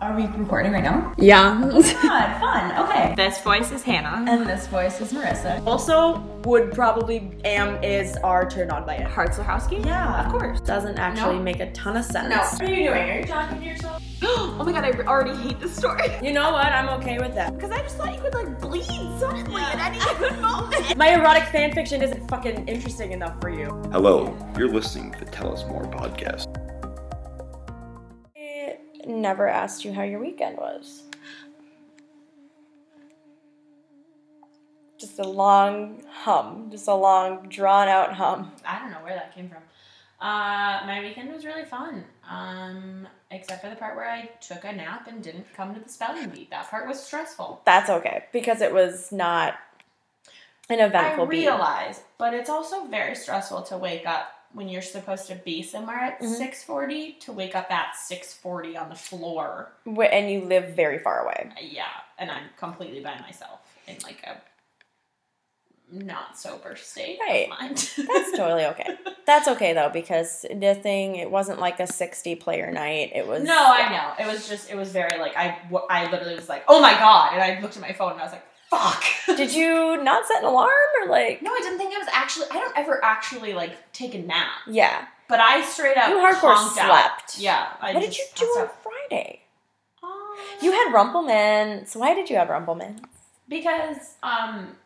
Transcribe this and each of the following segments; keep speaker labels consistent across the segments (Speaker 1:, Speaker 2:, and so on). Speaker 1: Are we recording right now? Oh
Speaker 2: Yeah.
Speaker 1: God, fun. Okay.
Speaker 3: This voice is Hannah.
Speaker 1: And this voice is Marissa.
Speaker 2: also, would probably am is are turned on by it.
Speaker 3: Hartzlerowski?
Speaker 1: Yeah.
Speaker 3: Of course.
Speaker 2: Doesn't actually
Speaker 3: No.
Speaker 2: make a ton of sense.
Speaker 1: are you doing? Are you talking to yourself?
Speaker 3: oh my god, I already hate this story.
Speaker 2: You know what? I'm okay with that.
Speaker 3: Because I just thought you could like bleed suddenly at any given moment.
Speaker 2: My erotic fanfiction isn't fucking interesting enough for you.
Speaker 4: Hello, you're listening to the Tell Us More podcast.
Speaker 2: I never asked you how your weekend was. Just a long hum, just a long drawn out hum.
Speaker 1: I don't know where that came from. Uh, my weekend was really fun. Um, except for the part where I took a nap and didn't come to the spelling bee. That part was stressful.
Speaker 2: That's okay because it was not an eventful
Speaker 1: I
Speaker 2: beat.
Speaker 1: realize, but it's also very stressful to wake up when you're supposed to be somewhere at
Speaker 2: Mhm.
Speaker 1: 6:40 to wake up at 6:40 on the floor.
Speaker 2: Wh- and you live very far away.
Speaker 1: Yeah, and I'm completely by myself in like a not sober state
Speaker 2: Right.
Speaker 1: of mind.
Speaker 2: That's totally okay. That's okay though because the thing it wasn't like a sixty player night. It was
Speaker 1: no, I know. It was just it was very like I w- I literally was like, "Oh my god." And I looked at my phone and I was like, "Fuck."
Speaker 2: Did you not set an alarm or like?
Speaker 1: No, I didn't think I was actually I don't ever actually like take a nap.
Speaker 2: Yeah.
Speaker 1: But I straight up
Speaker 2: You hardcore
Speaker 1: conked out.
Speaker 2: slept.
Speaker 1: Yeah. I
Speaker 2: what did you
Speaker 1: just
Speaker 2: do on
Speaker 1: passed out.
Speaker 2: Friday?
Speaker 1: Um,
Speaker 2: You had Rumpleman. So why did you have Rumpleman?
Speaker 1: Because um,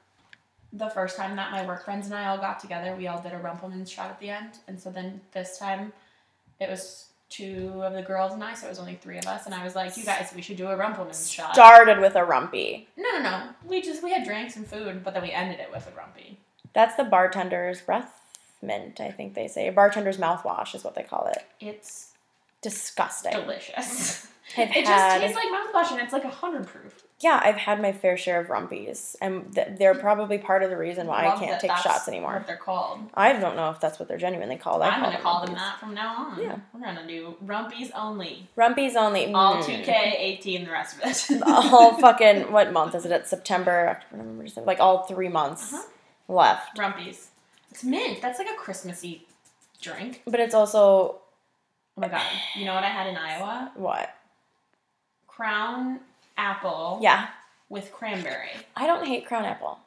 Speaker 1: the first time that my work friends and I all got together, we all did a Rumpelman's shot at the end, and so then this time, it was two of the girls and I, so it was only three of us, and I was like, "You guys, we should do a Rumpelman's shot."
Speaker 2: Started with a rumpy.
Speaker 1: No, no, no. We just we had drinks and food, but then we ended it with a Rumpy.
Speaker 2: That's the bartender's breath mint. I think they say bartender's mouthwash is what they call it.
Speaker 1: It's
Speaker 2: Disgusting.
Speaker 1: delicious.
Speaker 2: I've
Speaker 1: It just
Speaker 2: had-
Speaker 1: tastes like mouthwash, and it's like a hundred proof.
Speaker 2: Yeah, I've had my fair share of rumpies, and th- they're probably part of the reason why
Speaker 1: Love
Speaker 2: I can't
Speaker 1: that
Speaker 2: take
Speaker 1: that's
Speaker 2: shots
Speaker 1: What
Speaker 2: anymore.
Speaker 1: they're called.
Speaker 2: I don't know if that's what they're genuinely called. I
Speaker 1: I'm gonna call them
Speaker 2: rumpies.
Speaker 1: that from now on.
Speaker 2: Yeah.
Speaker 1: We're gonna do Rumpies only.
Speaker 2: Rumpies only.
Speaker 1: All
Speaker 2: Mm.
Speaker 1: 2K18, the rest of it.
Speaker 2: all fucking what month is it? It's September, October, November, December, like all three months
Speaker 1: Uh-huh.
Speaker 2: left.
Speaker 1: Rumpies. It's mint. That's like a Christmassy drink.
Speaker 2: But it's also
Speaker 1: Oh my god. You know what I had in Iowa?
Speaker 2: what?
Speaker 1: Crown apple
Speaker 2: Yeah,
Speaker 1: with cranberry.
Speaker 2: I don't hate Crown Apple.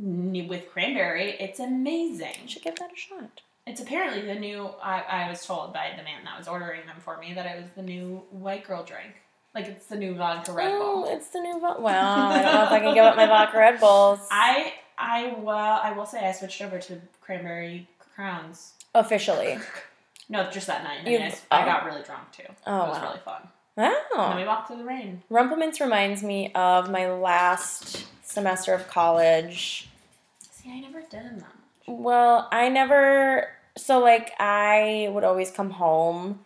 Speaker 1: N- With cranberry, it's
Speaker 2: I
Speaker 1: amazing.
Speaker 2: should give that a shot.
Speaker 1: It's apparently the new, I, I was told by the man that was ordering them for me that it was the new white girl drink. Like it's the new vodka Red
Speaker 2: Oh,
Speaker 1: Bull.
Speaker 2: it's the new vo- Well, I don't know if I can give up my vodka Red Bulls.
Speaker 1: I, I, well, I will say I switched over to cranberry crowns.
Speaker 2: officially.
Speaker 1: No, just that night. I,
Speaker 2: You-
Speaker 1: mean, I s- I
Speaker 2: oh.
Speaker 1: got really drunk too.
Speaker 2: Oh,
Speaker 1: it was
Speaker 2: wow.
Speaker 1: really fun. And
Speaker 2: Wow.
Speaker 1: we walked through the rain.
Speaker 2: Rumplements reminds me of my last semester of college.
Speaker 1: See, I never did them that much.
Speaker 2: Well, I never. So like, I would always come home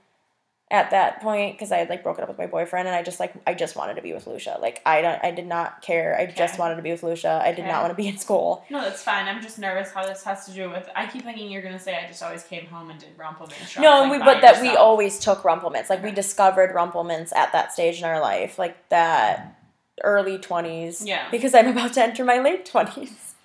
Speaker 2: at that point because I had like broken up with my boyfriend, and I just like I just wanted to be with Lucia. Like I don't, I did not care. I just
Speaker 1: Okay.
Speaker 2: wanted to be with Lucia. I did
Speaker 1: Okay.
Speaker 2: not want to be in school.
Speaker 1: No, that's fine. I'm just nervous how this has to do with. I keep thinking you're gonna say I just always came home and did Rumpelman shots.
Speaker 2: no,
Speaker 1: like,
Speaker 2: we
Speaker 1: by
Speaker 2: but that we
Speaker 1: yourself.
Speaker 2: always took rumplements. Like we
Speaker 1: Okay.
Speaker 2: discovered rumplements at that stage in our life, like that early twenties.
Speaker 1: Yeah.
Speaker 2: because I'm about to enter my late twenties.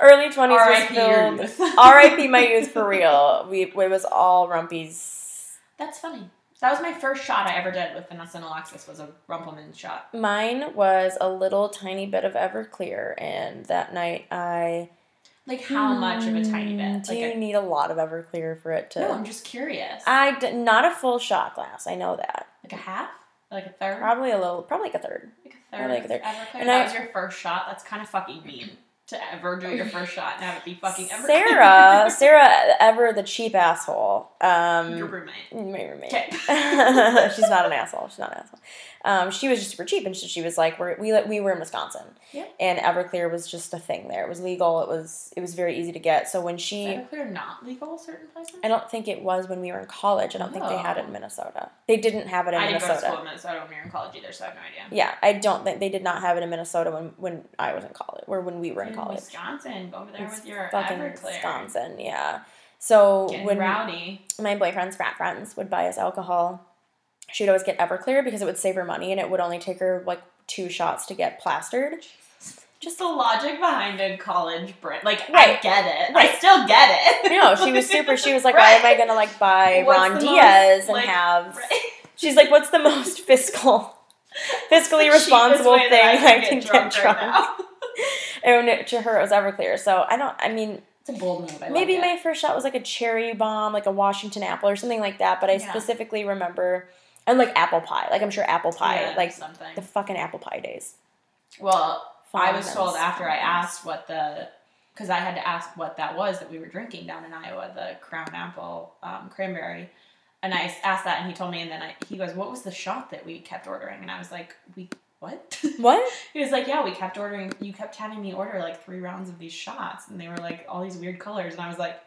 Speaker 2: early twenties was
Speaker 1: R.I.P. your
Speaker 2: filled.
Speaker 1: youth.
Speaker 2: R.I.P. my youth for real. We it was all rumpies.
Speaker 1: That's funny. That was my first shot I ever did with Vanessa and Alexis was a Rumpelman shot.
Speaker 2: Mine was a little tiny bit of Everclear, and that night I.
Speaker 1: Like how much of a tiny
Speaker 2: Mm,
Speaker 1: bit?
Speaker 2: Do
Speaker 1: Like
Speaker 2: you
Speaker 1: a,
Speaker 2: need a lot of Everclear for it to?
Speaker 1: no, I'm just curious.
Speaker 2: I d- not a full shot glass. I know that.
Speaker 1: like a half, like a third,
Speaker 2: Probably a little. Probably like a third.
Speaker 1: like a
Speaker 2: I
Speaker 1: third.
Speaker 2: like a third.
Speaker 1: Ever
Speaker 2: And
Speaker 1: that
Speaker 2: I-
Speaker 1: was your first shot. That's kind of fucking mean to ever do your first shot and have it be fucking ever.
Speaker 2: Sarah, Sarah, ever the cheap asshole. Um,
Speaker 1: your roommate.
Speaker 2: my roommate.
Speaker 1: Okay.
Speaker 2: she's not an asshole. She's not an asshole. Um, she was just super cheap, and so she was like, we're, "We we were in Wisconsin,
Speaker 1: Yeah.
Speaker 2: and Everclear was just a thing there. It was legal. It was it was very easy to get. So when she,
Speaker 1: Is Everclear not legal certain places?
Speaker 2: I don't think it was when we were in college. I don't think they had it
Speaker 1: Oh.
Speaker 2: in Minnesota. They didn't have it in
Speaker 1: I didn't go to school
Speaker 2: Minnesota.
Speaker 1: in Minnesota when we were in college either, so I have no idea.
Speaker 2: Yeah, I don't think they did not have it in Minnesota when when I was in college or when we were in college.
Speaker 1: Wisconsin, go over there
Speaker 2: It's
Speaker 1: with your
Speaker 2: Fucking
Speaker 1: Everclear.
Speaker 2: Wisconsin, yeah. So
Speaker 1: Getting
Speaker 2: when
Speaker 1: rowdy.
Speaker 2: my boyfriend's frat friends would buy us alcohol, she'd always get Everclear because it would save her money and it would only take her like two shots to get plastered.
Speaker 1: Just the logic behind a college brand. Like, I
Speaker 2: Right.
Speaker 1: get it. I
Speaker 2: Right.
Speaker 1: still get it.
Speaker 2: No, she was super. She was like, "Why am I gonna like buy
Speaker 1: What's
Speaker 2: Ron
Speaker 1: the
Speaker 2: Diaz
Speaker 1: most,
Speaker 2: and
Speaker 1: like,
Speaker 2: have
Speaker 1: Right.
Speaker 2: She's like, what's the most fiscal, fiscally responsible thing I can get drunk?
Speaker 1: now.
Speaker 2: And to her, it was Everclear. So I don't. I mean,
Speaker 1: It's a bold move. I
Speaker 2: maybe
Speaker 1: like it.
Speaker 2: my first shot was like a cherry bomb, like a Washington apple or something like that. But I
Speaker 1: Yeah.
Speaker 2: specifically remember, and like apple pie. Like I'm sure apple pie.
Speaker 1: Yeah,
Speaker 2: like
Speaker 1: something.
Speaker 2: the fucking apple pie days.
Speaker 1: well, I was
Speaker 2: Fondness.
Speaker 1: told after I asked what the, because I had to ask what that was that we were drinking down in Iowa, the Crown Apple um, Cranberry, and I asked that, and he told me, and then I, he goes, "What was the shot that we kept ordering?" And I was like, "We what?"
Speaker 2: What?
Speaker 1: he was like, "Yeah, we kept ordering. You kept having me order like three rounds of these shots, and they were like all these weird colors." And I was like,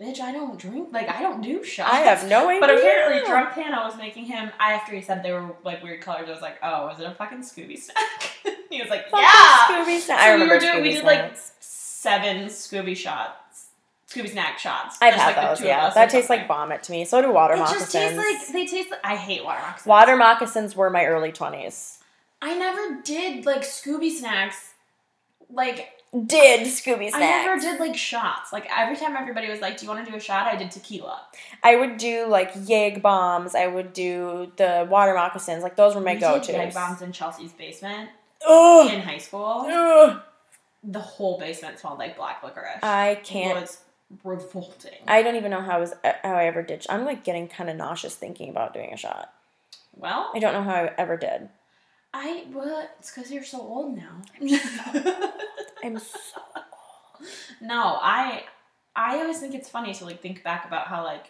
Speaker 1: "Bitch, I don't drink. Like, I don't do shots."
Speaker 2: I have no idea.
Speaker 1: But apparently, drunk Hannah was making him. I after he said they were like weird colors, I was like, "Oh, was it a fucking Scooby snack?" he was like,
Speaker 2: Fucking
Speaker 1: "Yeah."
Speaker 2: Scooby Snack.
Speaker 1: So
Speaker 2: I
Speaker 1: we
Speaker 2: remember
Speaker 1: were doing. We
Speaker 2: Scooby
Speaker 1: did like
Speaker 2: Snacks.
Speaker 1: seven Scooby shots, Scooby snack shots.
Speaker 2: I've
Speaker 1: Just,
Speaker 2: had
Speaker 1: like, the
Speaker 2: those.
Speaker 1: two of
Speaker 2: Yeah,
Speaker 1: us
Speaker 2: that
Speaker 1: or
Speaker 2: tastes like
Speaker 1: something.
Speaker 2: vomit to me. So do water
Speaker 1: It
Speaker 2: moccasins.
Speaker 1: just tastes like they taste. Like, I hate water moccasins.
Speaker 2: water moccasins were my early twenties.
Speaker 1: I never did like Scooby snacks. Like
Speaker 2: Did Scooby
Speaker 1: I
Speaker 2: Snack?
Speaker 1: never did like shots. Like every time everybody was like, "Do you want to do a shot?" I did tequila.
Speaker 2: I would do like Yag bombs. I would do the water moccasins. Like those were my
Speaker 1: we
Speaker 2: go
Speaker 1: did egg
Speaker 2: tos.
Speaker 1: bombs in Chelsea's basement
Speaker 2: Ugh.
Speaker 1: in high school.
Speaker 2: Ugh.
Speaker 1: The whole basement smelled like black licorice.
Speaker 2: I
Speaker 1: It
Speaker 2: can't.
Speaker 1: was revolting.
Speaker 2: I don't even know how I was uh, how I ever did. I'm like getting kind of nauseous thinking about doing a shot.
Speaker 1: well,
Speaker 2: I don't know how I ever did.
Speaker 1: I well, it's because you're so old now.
Speaker 2: I'm so
Speaker 1: no, I I always think it's funny to like think back about how like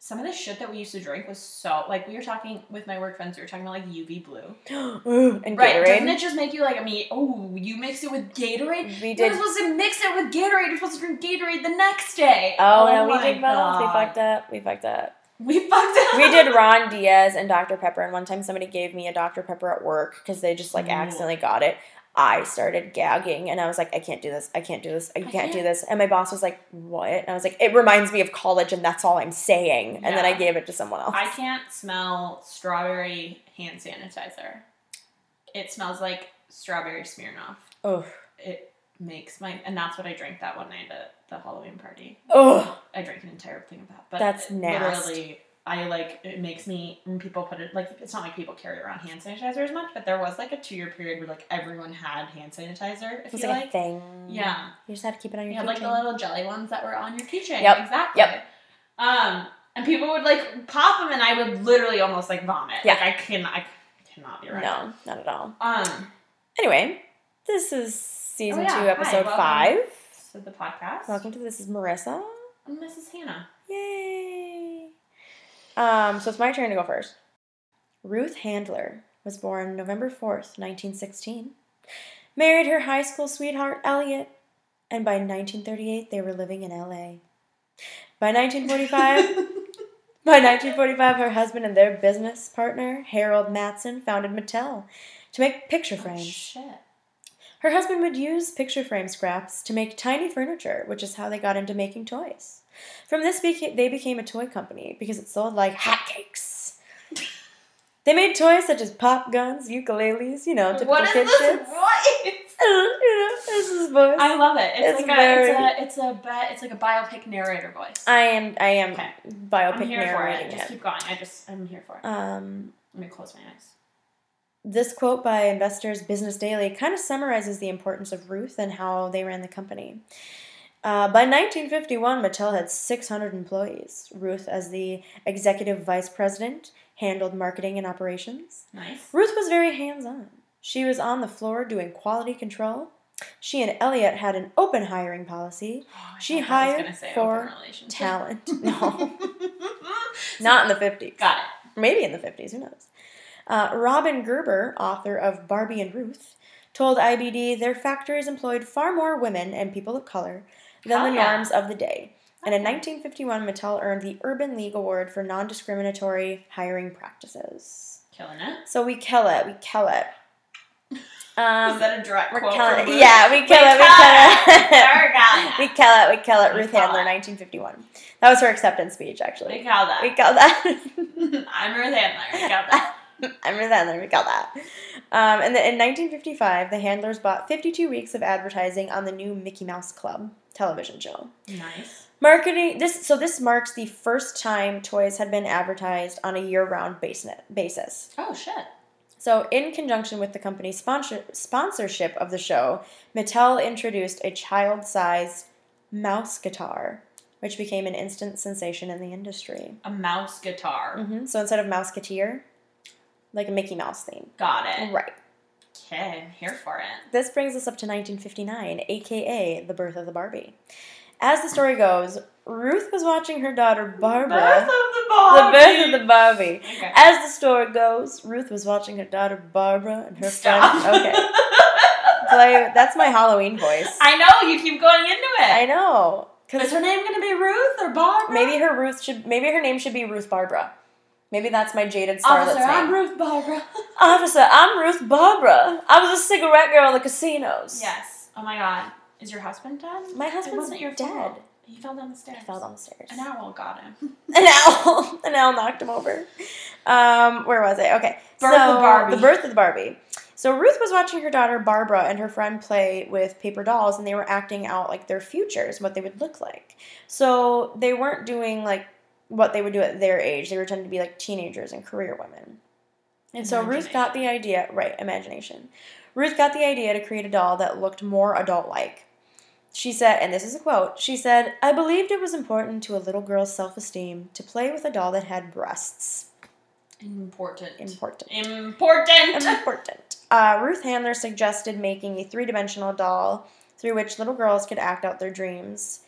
Speaker 1: some of the shit that we used to drink was so like we were talking with my work friends. We were talking about like UV blue.
Speaker 2: Ugh. and
Speaker 1: Right? Doesn't
Speaker 2: Gatorade.
Speaker 1: it just make you like I mean, oh, you mix it with Gatorade?
Speaker 2: We
Speaker 1: You're
Speaker 2: did.
Speaker 1: not supposed to mix it with Gatorade. You're supposed to drink Gatorade the next day.
Speaker 2: Oh, no, we
Speaker 1: my
Speaker 2: did both. We
Speaker 1: God.
Speaker 2: fucked up. We fucked up.
Speaker 1: We fucked up.
Speaker 2: we did Ron Diaz and Dr. Pepper, and one time somebody gave me a Dr. Pepper at work because they just like
Speaker 1: Ooh.
Speaker 2: accidentally got it. I started gagging and I was like, I can't do this. I can't do this. I can't, do
Speaker 1: can't.
Speaker 2: this. And my boss was like, What? And I was like, It reminds me of college and that's all I'm saying. And then I
Speaker 1: Yeah.
Speaker 2: gave it to someone else.
Speaker 1: I can't smell strawberry hand sanitizer. It smells like strawberry Smirnoff.
Speaker 2: Ugh.
Speaker 1: It makes my and that's what I drank that one night at the Halloween party.
Speaker 2: Ugh.
Speaker 1: I drank an entire thing of that. But
Speaker 2: That's
Speaker 1: it
Speaker 2: nasty.
Speaker 1: Literally, I like it makes me when people put it like it's not like people carry around hand sanitizer as much, but there was like a two year period where like everyone had hand sanitizer.
Speaker 2: It
Speaker 1: If
Speaker 2: was
Speaker 1: you
Speaker 2: like, a
Speaker 1: like,
Speaker 2: thing.
Speaker 1: yeah.
Speaker 2: You just had to keep it on your
Speaker 1: You had like the
Speaker 2: keychain.
Speaker 1: little jelly ones that were on your keychain.
Speaker 2: Yep.
Speaker 1: Exactly. Um, and people would like pop them, and I would literally almost like vomit.
Speaker 2: Yeah.
Speaker 1: Like I can, I cannot be right.
Speaker 2: No, not at all.
Speaker 1: Um,
Speaker 2: Anyway, this is season
Speaker 1: Oh, yeah.
Speaker 2: two,
Speaker 1: Hi,
Speaker 2: episode
Speaker 1: welcome.
Speaker 2: five.
Speaker 1: so the podcast.
Speaker 2: Welcome to This is Marissa.
Speaker 1: And this is Hannah.
Speaker 2: Yay! Um, so it's my turn to go first. Ruth Handler was born November 4th, 1916. Married her high school sweetheart, Elliot, and by 1938 they were living in LA. By 1945, by 1945 her husband and their business partner, Harold Matson, founded Mattel to make picture
Speaker 1: Oh,
Speaker 2: frames.
Speaker 1: shit.
Speaker 2: Her husband would use picture frame scraps to make tiny furniture, which is how they got into making toys. From this, beca- they became a toy company because it sold like hotcakes. they made toys such as pop guns, ukuleles, you know, typical
Speaker 1: What is
Speaker 2: kid
Speaker 1: this
Speaker 2: shit.
Speaker 1: voice?
Speaker 2: you know, this is voice.
Speaker 1: I love it. It's,
Speaker 2: It's
Speaker 1: like a,
Speaker 2: very-
Speaker 1: it's a, it's a, bi- it's like a biopic narrator voice.
Speaker 2: I am. I am
Speaker 1: Okay.
Speaker 2: biopic
Speaker 1: I'm here for it.
Speaker 2: narrating
Speaker 1: Just
Speaker 2: it.
Speaker 1: keep going. I just, I'm here for it.
Speaker 2: Um,
Speaker 1: Let me close my eyes.
Speaker 2: This quote by Investors Business Daily kind of summarizes the importance of Ruth and how they ran the company. Uh, by 1951, Mattel had 600 employees. Ruth, as the executive vice president, handled marketing and operations.
Speaker 1: Nice.
Speaker 2: Ruth was very hands on. She was on the floor doing quality control. She and Elliot had an open hiring policy.
Speaker 1: Oh, I
Speaker 2: She
Speaker 1: thought that was
Speaker 2: hired
Speaker 1: gonna say
Speaker 2: for
Speaker 1: open relationship.
Speaker 2: Talent. No, not in the 50s.
Speaker 1: Got it.
Speaker 2: maybe in the 50s, who knows? Uh, Robin Gerber, author of Barbie and Ruth, told IBD their factories employed far more women and people of color than
Speaker 1: Hell
Speaker 2: the
Speaker 1: yeah.
Speaker 2: norms of the day. And in
Speaker 1: Hell yeah.
Speaker 2: 1951, Mattel earned the Urban League Award for non discriminatory hiring practices.
Speaker 1: Killing it.
Speaker 2: So we kill it, we kill it.
Speaker 1: Is
Speaker 2: Um,
Speaker 1: that a direct
Speaker 2: we're
Speaker 1: quote?
Speaker 2: killing
Speaker 1: from
Speaker 2: it. Yeah, we kill it, we kill it.
Speaker 1: Aragana.
Speaker 2: We kill it, we kill it.
Speaker 1: We
Speaker 2: Ruth
Speaker 1: kill
Speaker 2: Handler,
Speaker 1: it.
Speaker 2: 1951. That was her acceptance speech,
Speaker 1: We
Speaker 2: actually.
Speaker 1: call
Speaker 2: We
Speaker 1: that.
Speaker 2: kill that.
Speaker 1: I'm Ruth Handler. We call that.
Speaker 2: I'm gonna then let me call that. Um, and then in 1955, the handlers bought 52 weeks of advertising on the new Mickey Mouse Club television show.
Speaker 1: Nice.
Speaker 2: Marketing this so this marks the first time toys had been advertised on a year-round basnet- basis.
Speaker 1: Oh shit.
Speaker 2: So, in conjunction with the company's sponsor- sponsorship of the show, Mattel introduced a child sized mouse guitar, which became an instant sensation in the industry.
Speaker 1: A mouse guitar.
Speaker 2: hmm So, instead of Mouseketeer, like a Mickey Mouse theme.
Speaker 1: Got it.
Speaker 2: Right.
Speaker 1: Okay, I'm here for it.
Speaker 2: This brings us up to 1959, aka the birth of the Barbie. As the story goes, Ruth was watching her daughter
Speaker 1: Birth of
Speaker 2: Barbara.
Speaker 1: the
Speaker 2: The
Speaker 1: Barbie.
Speaker 2: birth of the Barbie.
Speaker 1: Okay.
Speaker 2: As the story goes, Ruth was watching her daughter Barbara and her
Speaker 1: Stop.
Speaker 2: friend. Okay. Play- that's my Halloween voice.
Speaker 1: I know you keep going into
Speaker 2: I
Speaker 1: it.
Speaker 2: know.
Speaker 1: Is
Speaker 2: Cause
Speaker 1: her name gonna be Ruth or Barbara?
Speaker 2: maybe her Ruth should maybe her name should be Ruth Barbara. Maybe that's my jaded starlet's
Speaker 1: Officer, I'm
Speaker 2: name.
Speaker 1: Ruth Barbara.
Speaker 2: Officer, I'm Ruth Barbara. I was a cigarette girl in the casinos.
Speaker 1: yes. Oh my god. Is your husband dead?
Speaker 2: My
Speaker 1: It
Speaker 2: husband's
Speaker 1: wasn't your
Speaker 2: dead.
Speaker 1: fault. He fell down the stairs.
Speaker 2: I fell down the stairs.
Speaker 1: An owl got him.
Speaker 2: An owl. An owl knocked him over. Um, where was I? Okay.
Speaker 1: Birth of Barbie.
Speaker 2: The birth of the Barbie. So Ruth was watching her daughter Barbara and her friend play with paper dolls, and they were acting out like their futures, what they would look like. So they weren't doing like what they would do at their age. They were tending to be like teenagers and career women. And so Ruth got the idea, right, imagination. Ruth got the idea to create a doll that looked more adult like. She said, and this is a quote, she said, I believed it was important to a little girl's self esteem to play with a doll that had breasts.
Speaker 1: Important.
Speaker 2: Important.
Speaker 1: Important.
Speaker 2: Important. Uh, Ruth Handler suggested making a three dimensional doll through which little girls could act out their dreams.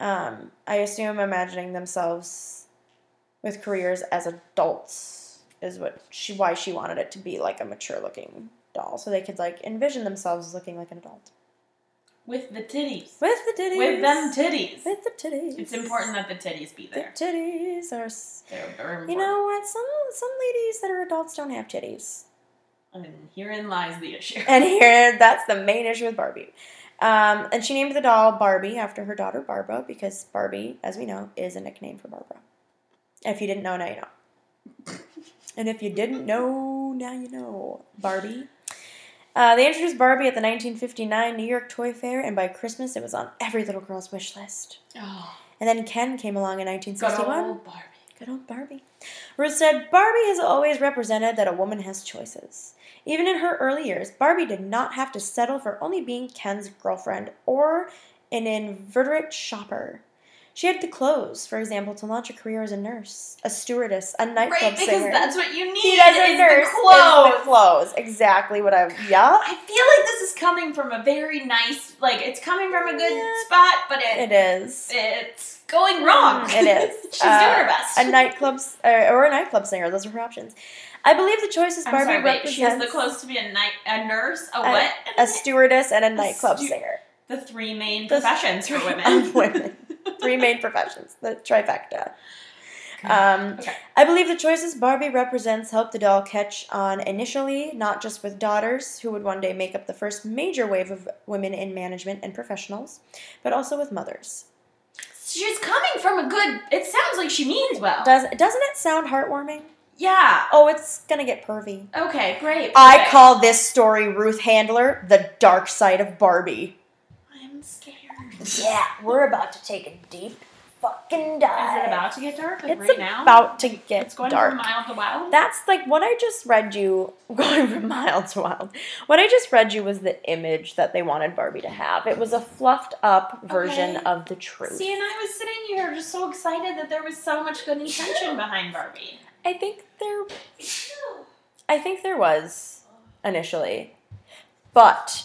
Speaker 2: Um, I assume imagining themselves with careers as adults is what she why she wanted it to be like a mature looking doll, so they could like envision themselves as looking like an adult
Speaker 1: With the titties.
Speaker 2: with the titties.
Speaker 1: With them titties.
Speaker 2: With the titties.
Speaker 1: It's important that the titties be
Speaker 2: the
Speaker 1: there.
Speaker 2: titties are. s-
Speaker 1: They're very important.
Speaker 2: You know what? Some some ladies that are adults don't have titties.
Speaker 1: And herein lies the issue.
Speaker 2: And here, that's the main issue with Barbie. Um, and she named the doll Barbie after her daughter Barbara because Barbie, as we know, is a nickname for Barbara. If you didn't know, now you know. and if you didn't know, now you know. Barbie. Uh, they introduced Barbie at the 1959 New York Toy Fair, and by Christmas, it was on every little girl's wish list.
Speaker 1: Oh,
Speaker 2: And then Ken came along in
Speaker 1: good
Speaker 2: 1961.
Speaker 1: old Barbie.
Speaker 2: Good old Barbie. Ruth said, Barbie has always represented that a woman has choices. Even in her early years, Barbie did not have to settle for only being Ken's girlfriend or an inveterate shopper. She had the clothes, for example, to launch a career as a nurse, a stewardess, a nightclub
Speaker 1: Right, because
Speaker 2: singer.
Speaker 1: that's what you need.
Speaker 2: She does a
Speaker 1: is
Speaker 2: nurse.
Speaker 1: The
Speaker 2: is
Speaker 1: clothes.
Speaker 2: the clothes. Exactly what I'm. Yeah,
Speaker 1: I feel like this is coming from a very nice, like it's coming from a good
Speaker 2: Yeah.
Speaker 1: spot, but it,
Speaker 2: it is.
Speaker 1: it's going wrong.
Speaker 2: Mm, it is.
Speaker 1: She's
Speaker 2: Uh,
Speaker 1: doing her best.
Speaker 2: A nightclub s- or, or a nightclub singer. Those are her options. I believe the choices
Speaker 1: I'm
Speaker 2: Barbie
Speaker 1: sorry, wait.
Speaker 2: represents
Speaker 1: She has the clothes to be a night, a nurse, a,
Speaker 2: A-
Speaker 1: what?
Speaker 2: a stewardess and a nightclub
Speaker 1: stu-
Speaker 2: singer.
Speaker 1: the three main
Speaker 2: The
Speaker 1: professions for
Speaker 2: three
Speaker 1: women.
Speaker 2: of women. Three main professions, the trifecta. Um,
Speaker 1: Okay.
Speaker 2: I believe the choices Barbie represents helped the doll catch on initially, not just with daughters, who would one day make up the first major wave of women in management and professionals, but also with mothers.
Speaker 1: She's coming from a good. It sounds like she means well.
Speaker 2: Does, doesn't it sound heartwarming?
Speaker 1: yeah.
Speaker 2: Oh, it's gonna get pervy.
Speaker 1: Okay. Great.
Speaker 2: I
Speaker 1: Okay.
Speaker 2: call this story Ruth Handler, the dark side of Barbie.
Speaker 1: I'm scared. Is it
Speaker 3: Yeah, we're about to take a deep fucking dive.
Speaker 1: about to get dark? Like
Speaker 2: It's
Speaker 1: right now?
Speaker 2: about to get
Speaker 1: It's going
Speaker 2: dark.
Speaker 1: from mild to wild.
Speaker 2: That's like what I just read you going from mild to wild. What I just read you was the image that they wanted Barbie to have. It was a fluffed up version
Speaker 1: Okay.
Speaker 2: of the truth.
Speaker 1: See, and I was sitting here just so excited that there was so much good intention behind Barbie.
Speaker 2: I think there I think there was initially. But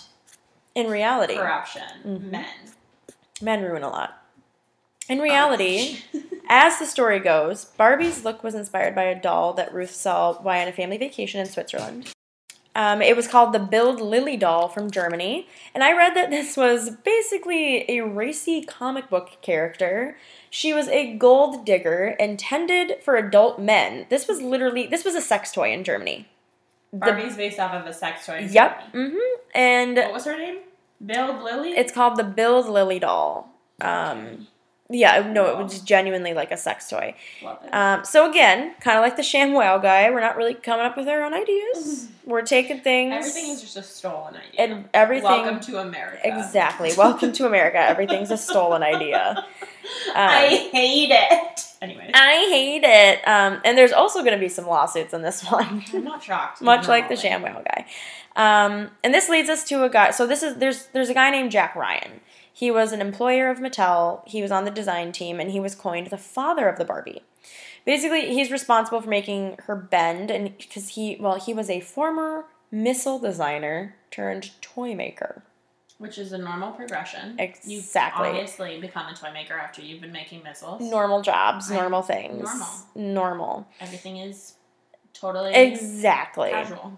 Speaker 2: in reality,
Speaker 1: Corruption,
Speaker 2: Mhm.
Speaker 1: men.
Speaker 2: men ruin a lot. In reality, As the story goes, Barbie's look was inspired by a doll that Ruth saw while on a family vacation in Switzerland. Um, it was called the Build Lily doll from Germany, and I read that this was basically a racy comic book character. She was a gold digger intended for adult men. This was literally this was a sex toy in Germany.
Speaker 1: Barbie's based off of a sex toy. in
Speaker 2: Yep.
Speaker 1: Germany.
Speaker 2: hmm And
Speaker 1: What was her name? Bill Lily.
Speaker 2: it's called the Build Lily doll. Um, Yeah, no, it was genuinely like a sex toy.
Speaker 1: Love it.
Speaker 2: Um, so again, kind of like the ShamWow guy, we're not really coming up with our own ideas. We're taking things.
Speaker 1: Everything is just a stolen idea.
Speaker 2: and everything.
Speaker 1: Welcome to America.
Speaker 2: Exactly. Welcome to America. Everything's a stolen idea. Um, I,
Speaker 1: I hate it. Anyway,
Speaker 2: hate it. Um, and there's also going to be some lawsuits on this one.
Speaker 1: I'm not shocked.
Speaker 2: much like the
Speaker 1: normally.
Speaker 2: ShamWow guy. Um, and this leads us to a guy. So this is there's there's a guy named Jack Ryan. He was an employer of Mattel. He was on the design team, and he was coined the father of the Barbie. Basically, he's responsible for making her bend, and because he well he was a former missile designer turned toy maker.
Speaker 1: Which is a normal progression.
Speaker 2: Exactly.
Speaker 1: You obviously become a toy maker after you've been making missiles.
Speaker 2: Normal jobs, normal things,
Speaker 1: Normal.
Speaker 2: normal.
Speaker 1: Everything is totally
Speaker 2: Exactly.
Speaker 1: casual.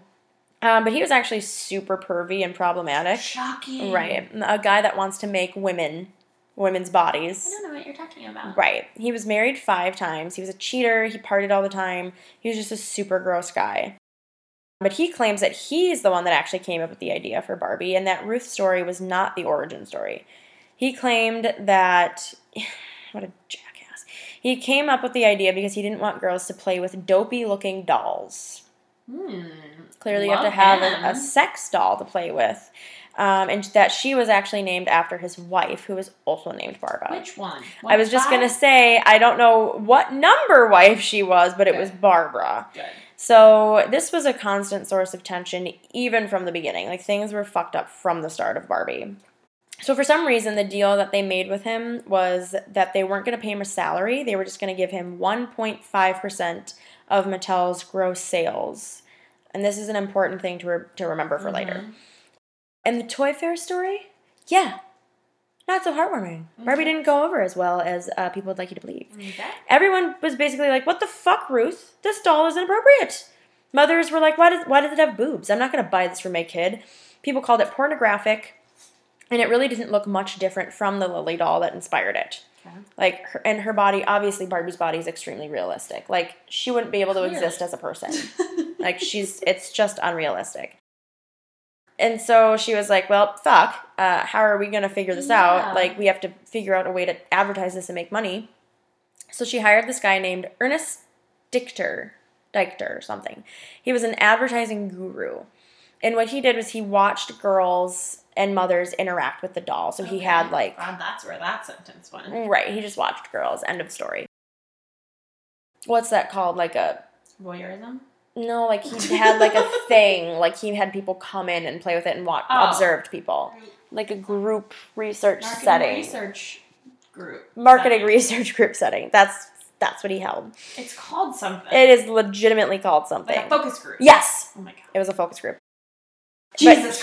Speaker 2: Um, but he was actually super pervy and problematic.
Speaker 1: Shocking.
Speaker 2: Right. A guy that wants to make women, women's
Speaker 1: I
Speaker 2: bodies.
Speaker 1: don't know what you're talking about.
Speaker 2: Right. He was married five times. He was a cheater. He partied all the time. He was just a super gross guy. But he claims that he's the one that actually came up with the idea for Barbie and that Ruth's story was not the origin story. He claimed that. What a jackass. He came up with the idea because he didn't want girls to play with dopey looking dolls.
Speaker 1: Hmm.
Speaker 2: Clearly, you
Speaker 1: Love
Speaker 2: have to have
Speaker 1: him.
Speaker 2: a, a sex doll to play with. Um, and that she was actually named after his wife, who was also named Barbara.
Speaker 1: Which one?
Speaker 2: I was just
Speaker 1: What
Speaker 2: going to
Speaker 1: size?
Speaker 2: say, I don't know what number wife she was, but it
Speaker 1: Okay.
Speaker 2: was Barbara.
Speaker 1: Good.
Speaker 2: So this was a constant source of tension even from the beginning. Like things were fucked up from the start of Barbie. So for some reason the deal that they made with him was that they weren't going to pay him a salary. They were just going to give him 1.5% of Mattel's gross sales. And this is an important thing to re- to remember for later.
Speaker 1: Mhm.
Speaker 2: And the Toy Fair story? Yeah. Not so heartwarming. Barbie
Speaker 1: Okay.
Speaker 2: didn't go over as well as uh, people would like you to believe.
Speaker 1: Okay.
Speaker 2: Everyone was basically like, "What the fuck, Ruth? This doll is inappropriate." Mothers were like, "Why does why does it have boobs? I'm not gonna buy this for my kid." People called it pornographic, and it really didn't look much different from the Lily doll that inspired it.
Speaker 1: Okay.
Speaker 2: Like, her, and her body, obviously, Barbie's body is extremely realistic. Like, she wouldn't be able to
Speaker 1: Clearly.
Speaker 2: exist as a person. like, she's it's just unrealistic. And so she was like, "Well, fuck. Uh, how are we gonna figure this
Speaker 1: Yeah.
Speaker 2: out? Like, we have to figure out a way to advertise this and make money." So she hired this guy named Ernest Dichter, Dichter or something. He was an advertising guru. And what he did was he watched girls and mothers interact with the doll. So he
Speaker 1: Okay.
Speaker 2: had like Mm.
Speaker 1: God, that's where that sentence went.
Speaker 2: right, he just watched girls. End of story. What's that called? Like a
Speaker 1: Voyeurism.
Speaker 2: no, like he had like a thing. Like he had people come in and play with it and watch
Speaker 1: Oh.
Speaker 2: observed people. Like a group research
Speaker 1: Marketing
Speaker 2: setting.
Speaker 1: research group.
Speaker 2: Marketing
Speaker 1: setting.
Speaker 2: research group setting. That's that's what he held.
Speaker 1: It's called something.
Speaker 2: It is legitimately called something.
Speaker 1: like a focus group.
Speaker 2: yes.
Speaker 1: Oh my god.
Speaker 2: It was a focus group. But
Speaker 1: Jesus
Speaker 2: he-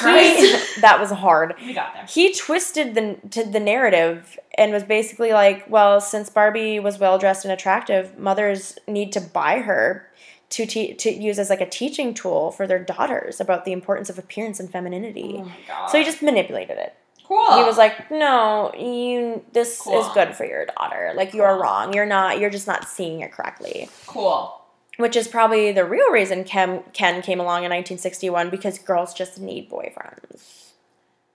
Speaker 1: Christ.
Speaker 2: that was hard.
Speaker 1: we got there.
Speaker 2: He twisted the to the narrative and was basically like, well, since Barbie was well dressed and attractive, mothers need to buy her to te- to use as like a teaching tool for their daughters about the importance of appearance and
Speaker 1: Oh
Speaker 2: femininity.
Speaker 1: my god.
Speaker 2: So he just manipulated it.
Speaker 1: cool.
Speaker 2: He was like, "No, you this
Speaker 1: Cool.
Speaker 2: is good for your daughter. Like you are
Speaker 1: Cool.
Speaker 2: wrong. You're not you're just not seeing it correctly."
Speaker 1: cool.
Speaker 2: which is probably the real reason Ken, Ken came along in 1961 because girls just need boyfriends.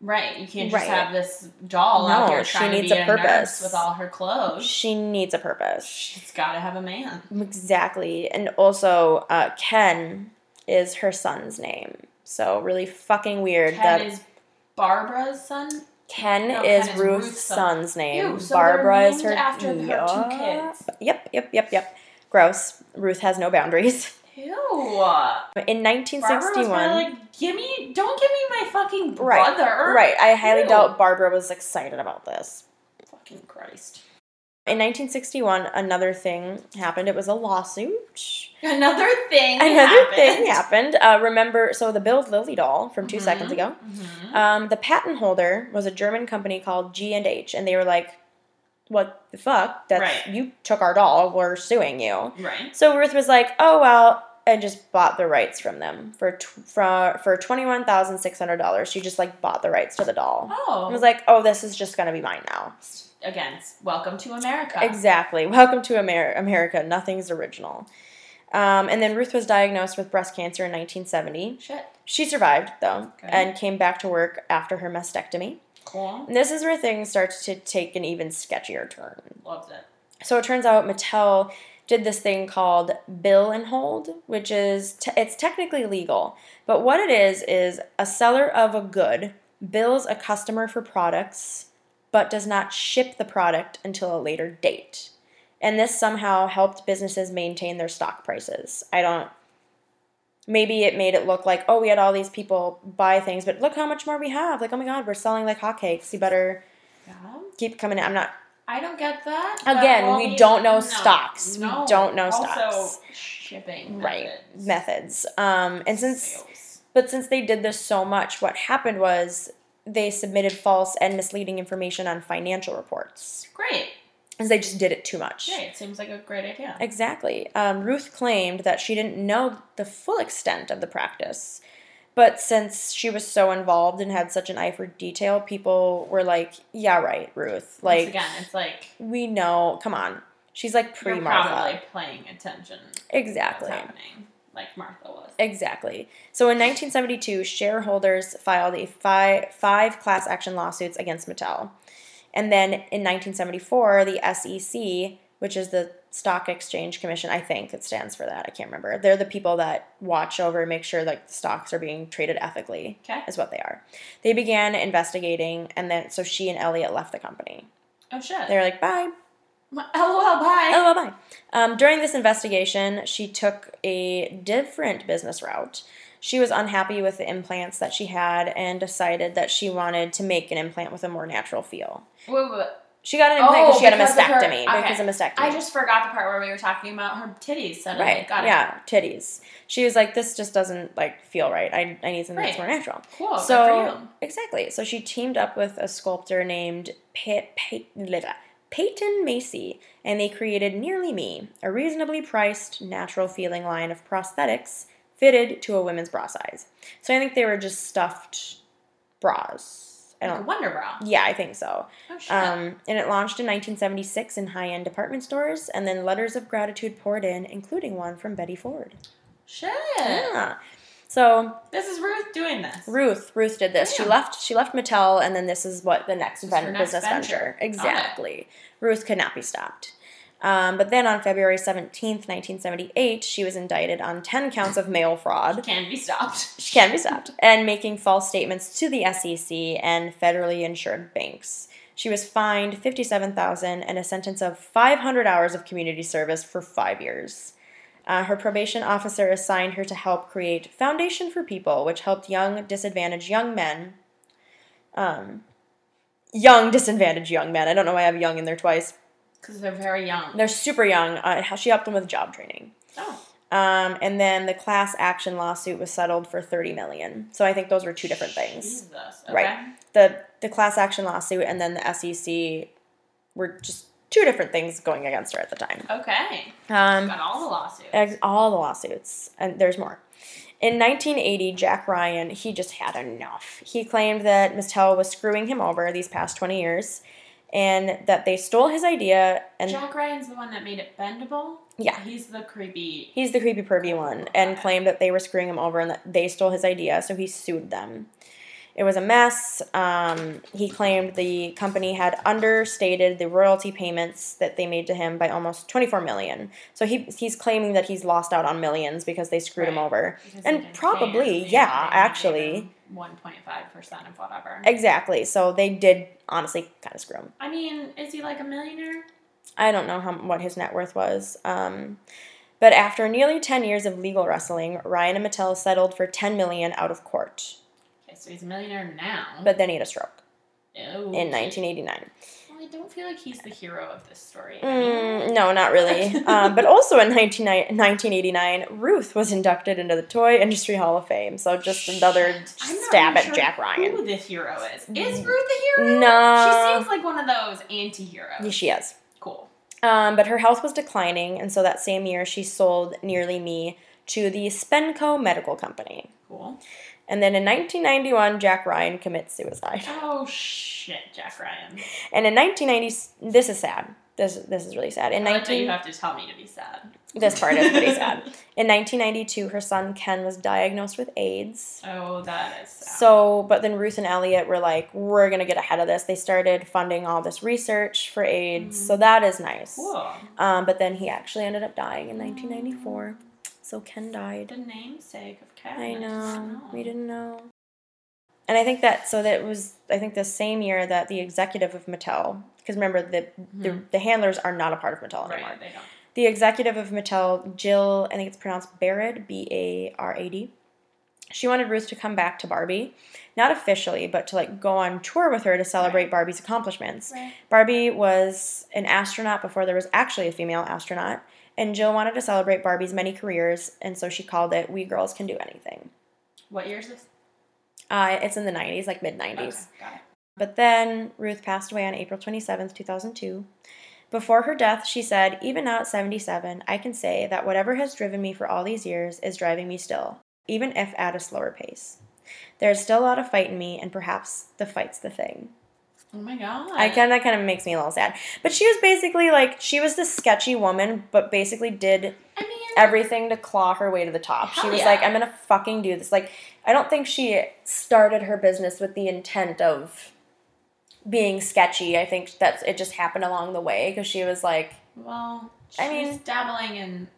Speaker 1: Right. You can't just
Speaker 2: Right.
Speaker 1: have this doll out
Speaker 2: No,
Speaker 1: here
Speaker 2: she
Speaker 1: trying
Speaker 2: needs
Speaker 1: to be
Speaker 2: a
Speaker 1: a, nurse
Speaker 2: purpose.
Speaker 1: with all her clothes.
Speaker 2: She needs a purpose.
Speaker 1: She's got to have a man.
Speaker 2: Exactly. And also, uh, Ken is her son's name. So, really fucking weird
Speaker 1: Ken
Speaker 2: that
Speaker 1: is Barbara's son.
Speaker 2: Ken
Speaker 1: no,
Speaker 2: is
Speaker 1: Ken is
Speaker 2: Ruth's
Speaker 1: Ruth's son.
Speaker 2: son's name.
Speaker 1: Ew, so they're
Speaker 2: Barbara is her.
Speaker 1: named after her two
Speaker 2: Yup.
Speaker 1: kids.
Speaker 2: Yep, yep, yep, yep. Gross. Ruth has no boundaries.
Speaker 1: Ew.
Speaker 2: In
Speaker 1: Barbara was
Speaker 2: 1961.
Speaker 1: probably like, give me, don't give me my fucking brother.
Speaker 2: Right, right. I highly
Speaker 1: Ew.
Speaker 2: doubt Barbara was excited about this.
Speaker 1: Fucking Christ.
Speaker 2: In 1961, another thing happened. It was a lawsuit.
Speaker 1: Another thing.
Speaker 2: Another
Speaker 1: happened.
Speaker 2: thing happened. Uh, remember, so the Bill Lilly doll from 2
Speaker 1: Mhm.
Speaker 2: seconds ago.
Speaker 1: Mhm.
Speaker 2: Um, the patent holder was a German company called G and H, and they were like, "What the fuck? That's
Speaker 1: Right.
Speaker 2: you took our doll. We're suing you."
Speaker 1: Right.
Speaker 2: So Ruth was like, "Oh well," and just bought the rights from them for tw- for for twenty one thousand six hundred dollars. She just like bought the rights to the doll.
Speaker 1: Oh.
Speaker 2: I was like, "Oh, this is just gonna be mine now."
Speaker 1: Again, s- welcome to America.
Speaker 2: Exactly. Welcome to Amer- America. Nothing's original. Um, and then Ruth was diagnosed with breast cancer in 1970.
Speaker 1: Shit.
Speaker 2: She survived, though,
Speaker 1: Okay.
Speaker 2: and came back to work after her mastectomy.
Speaker 1: Cool.
Speaker 2: And this is where things start to take an even sketchier turn.
Speaker 1: Loved it.
Speaker 2: So it turns out Mattel did this thing called bill and hold, which is te- it's technically legal, but what it is is a seller of a good bills a customer for products but does not ship the product until a later date. And this somehow helped businesses maintain their stock prices. I don't maybe it made it look like oh we had all these people buy things but look how much more we have like oh my god we're selling like hotcakes you better
Speaker 1: Yeah.
Speaker 2: keep coming in i'm not
Speaker 1: I don't get that. but
Speaker 2: Again,
Speaker 1: all
Speaker 2: we
Speaker 1: these-
Speaker 2: don't know
Speaker 1: no,
Speaker 2: stocks. We
Speaker 1: no.
Speaker 2: don't know
Speaker 1: also,
Speaker 2: stocks.
Speaker 1: shipping.
Speaker 2: right
Speaker 1: methods,
Speaker 2: methods um and since
Speaker 1: sales.
Speaker 2: but since they did this so much what happened was they submitted false and misleading information on financial reports
Speaker 1: Great.
Speaker 2: because they just did it too much
Speaker 1: Great. Seems like a great idea.
Speaker 2: Exactly. Um, Ruth claimed that she didn't know the full extent of the practice. But since she was so involved and had such an eye for detail, people were like, yeah, right, Ruth.
Speaker 1: Once
Speaker 2: Like,
Speaker 1: again, it's like
Speaker 2: we know. Come on. She's like pre
Speaker 1: you're
Speaker 2: Martha.
Speaker 1: probably playing attention. to What's
Speaker 2: Exactly.
Speaker 1: happening, like Martha was.
Speaker 2: Exactly. So in 1972, shareholders filed a five, five class action lawsuits against Mattel. And then in 1974, the SEC, which is the Stock Exchange Commission, I think it stands for that. I can't remember. They're the people that watch over and make sure like the stocks are being traded ethically.
Speaker 1: Okay.
Speaker 2: Is what they are. They began investigating and then so she and Elliot left the company.
Speaker 1: Oh shit.
Speaker 2: They were like, "Bye,
Speaker 1: LOL. Bye.
Speaker 2: Oh, well, bye. Um, during this investigation, she took a different business route. She was unhappy with the implants that she had and decided that she wanted to make an implant with a more natural feel.
Speaker 1: Wait, wait, wait.
Speaker 2: She got an implant because
Speaker 1: Oh,
Speaker 2: she had a
Speaker 1: because of her-
Speaker 2: mastectomy.
Speaker 1: okay.
Speaker 2: Because of mastectomy.
Speaker 1: I just forgot the part where we were talking about her titties suddenly.
Speaker 2: right.
Speaker 1: Got it.
Speaker 2: yeah, titties. She was like, "This just doesn't like feel right. I, I need something that's
Speaker 1: Right.
Speaker 2: more natural."
Speaker 1: Cool. Oh, good
Speaker 2: so
Speaker 1: for you.
Speaker 2: exactly. So she teamed up with a sculptor named Pey- Pey- bleh, Peyton Macy, and they created Nearly Me, a reasonably priced, natural feeling line of prosthetics fitted to a women's bra size. So I think they were just stuffed bras. I
Speaker 1: Like a
Speaker 2: don't.
Speaker 1: Wonder Bra.
Speaker 2: Yeah, I think so.
Speaker 1: Oh shit.
Speaker 2: Um, and it launched in 1976 in high end department stores, and then letters of gratitude poured in, including one from Betty Ford.
Speaker 1: shit.
Speaker 2: Yeah. So
Speaker 1: This is Ruth doing this.
Speaker 2: Ruth, Ruth did this. She
Speaker 1: Yeah.
Speaker 2: left. She left Mattel, and then this is what the next,
Speaker 1: This is
Speaker 2: ven-
Speaker 1: her next
Speaker 2: business venture.
Speaker 1: venture.
Speaker 2: Exactly. Ruth could not be stopped. Um, but then on February seventeenth, nineteen seventy-eight, she was indicted on ten counts of mail fraud.
Speaker 1: Can be stopped.
Speaker 2: She can be stopped and making false statements to the SEC and federally insured banks. She was fined fifty-seven thousand and a sentence of five hundred hours of community service for five years. Uh, her probation officer assigned her to help create Foundation for People, which helped young, disadvantaged young men. Um, young, disadvantaged young men. I don't know why I have young in there twice.
Speaker 1: Because they're very young.
Speaker 2: They're super young. Uh, how- she helped them with job training.
Speaker 1: oh.
Speaker 2: Um, and then the class action lawsuit was settled for thirty million. So I think those were two different things.
Speaker 1: Jesus. Okay.
Speaker 2: Right. The the class action lawsuit and then the SEC were just two different things going against her at the time.
Speaker 1: Okay.
Speaker 2: Um,
Speaker 1: Got all the lawsuits.
Speaker 2: Ex- all the lawsuits, and there's more. In 1980, Jack Ryan, he just had enough. He claimed that Mattel was screwing him over these past 20 years and that they stole his idea and
Speaker 1: Jack Ryan's the one that made it bendable.
Speaker 2: Yeah.
Speaker 1: He's the creepy.
Speaker 2: he's the creepy pervy one and claimed that they were screwing him over and that they stole his idea, so he sued them. It was a mess. Um, he claimed the company had understated the royalty payments that they made to him by almost 24 million. So he he's claiming that he's lost out on millions because they screwed him
Speaker 1: Right.
Speaker 2: over.
Speaker 1: because
Speaker 2: And
Speaker 1: they didn't
Speaker 2: probably,
Speaker 1: pay him. They
Speaker 2: yeah,
Speaker 1: only gave
Speaker 2: actually.
Speaker 1: him 1.5% of whatever.
Speaker 2: Exactly. So they did honestly kind of screw him.
Speaker 1: I mean, is he like a millionaire?
Speaker 2: I don't know how what his net worth was. Um, but after nearly ten years of legal wrestling, Ryan and Mattel settled for ten million out of court.
Speaker 1: Okay, so he's a millionaire now.
Speaker 2: But then he had a stroke
Speaker 1: Ew.
Speaker 2: in 1989.
Speaker 1: Well, I don't feel like he's the hero of this story.
Speaker 2: Mm,
Speaker 1: Mm-hmm.
Speaker 2: no, not really. um, but also in 19, 1989, Ruth was inducted into the Toy Industry Hall of Fame. So just another
Speaker 1: Shit. I'm not
Speaker 2: stab
Speaker 1: even
Speaker 2: at
Speaker 1: sure
Speaker 2: Jack Ryan. Mm. Uh,
Speaker 1: Who the hero is? Is Ruth the hero? She
Speaker 2: No,
Speaker 1: seems like one of those anti-heroes.
Speaker 2: Yeah, she is.
Speaker 1: cool.
Speaker 2: Um, but her health was declining, and so that same year she sold Nearly Me to the Spenco Medical Company.
Speaker 1: Cool.
Speaker 2: And then in 1991, Jack Ryan commits suicide.
Speaker 1: Oh shit, Jack Ryan.
Speaker 2: And in 1990, this is sad. This this is really sad. In
Speaker 1: Oh, I like that you
Speaker 2: nineteen
Speaker 1: have to tell me to be sad.
Speaker 2: this part is pretty sad. In nineteen ninety two, her son Ken was diagnosed with AIDS.
Speaker 1: Oh, that is sad.
Speaker 2: So, but then Ruth and Elliot were like, we're going to get ahead of this. They started funding all this research for AIDS.
Speaker 1: Mhm.
Speaker 2: So that is nice.
Speaker 1: cool.
Speaker 2: Um, but then he actually ended up dying in 1994.
Speaker 1: Mm.
Speaker 2: So Ken died.
Speaker 1: The namesake of Ken.
Speaker 2: I
Speaker 1: just
Speaker 2: know. We didn't know. And I think that, so that was, I think the same year that the executive of Mattel, because remember, the, the, the handlers are not a part of Mattel anymore.
Speaker 1: Mm-hmm. Right, they don't.
Speaker 2: The executive of Mattel, Jill, I think it's pronounced Barrett, B A R A D. She wanted Ruth to come back to Barbie, not officially, but to like go on tour with her to celebrate Barbie's accomplishments.
Speaker 1: Right.
Speaker 2: Barbie was an astronaut before there was actually a female astronaut, and Jill wanted to celebrate Barbie's many careers, and so she called it "We Girls Can Do Anything."
Speaker 1: What year is this?
Speaker 2: Uh, it's in the '90s, like mid '90s.
Speaker 1: Okay, got it.
Speaker 2: But then Ruth passed away on April 27th, 2002. Before her death, she said, Even now at 77, I can say that whatever has driven me for all these years is driving me still, even if at a slower pace. There is still a lot of fight in me, and perhaps the fight's the thing.
Speaker 1: Oh my god.
Speaker 2: I kind that kind of makes me a little sad. But she was basically like she was this sketchy woman, but basically did
Speaker 1: I mean,
Speaker 2: everything to claw her way to the top. she
Speaker 1: Hell
Speaker 2: was
Speaker 1: yeah.
Speaker 2: like, I'm gonna fucking do this. Like, I don't think she started her business with the intent of being sketchy. I think that's it just happened along the way because she was like,
Speaker 1: well, she's
Speaker 2: I mean-
Speaker 1: dabbling in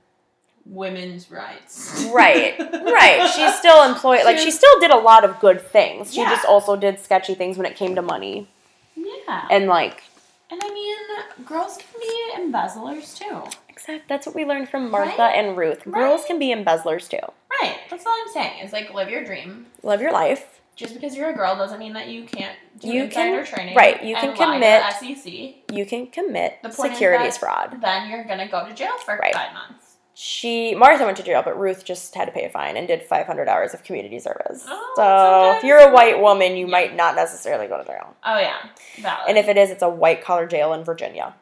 Speaker 1: women's rights.
Speaker 2: right, right. She's still employed. Like, she still did a lot of good things. She
Speaker 1: Yeah.
Speaker 2: just also did sketchy things when it came to money
Speaker 1: Yeah.
Speaker 2: and like.
Speaker 1: And I mean, girls can be embezzlers too.
Speaker 2: Exact. That's what we learned from Martha
Speaker 1: Right?
Speaker 2: and Ruth. Girls can be embezzlers too.
Speaker 1: Right. That's all I'm saying. Is like live your dream.
Speaker 2: Live your life.
Speaker 1: Just because you're a girl doesn't mean that you can't do
Speaker 2: You can-
Speaker 1: insider training.
Speaker 2: right, you
Speaker 1: and
Speaker 2: can
Speaker 1: lie to SEC.
Speaker 2: You can commit
Speaker 1: The point is
Speaker 2: securities
Speaker 1: that-
Speaker 2: fraud.
Speaker 1: Then you're gonna go to jail for
Speaker 2: Right.
Speaker 1: five months.
Speaker 2: she Martha went to jail, but Ruth just had to pay a fine and did 500 hours of community service.
Speaker 1: Oh,
Speaker 2: so
Speaker 1: that's
Speaker 2: if
Speaker 1: okay.
Speaker 2: you're a white woman, you might not necessarily go to jail.
Speaker 1: Oh yeah, valid.
Speaker 2: And if it is, it's a white collar jail in Virginia,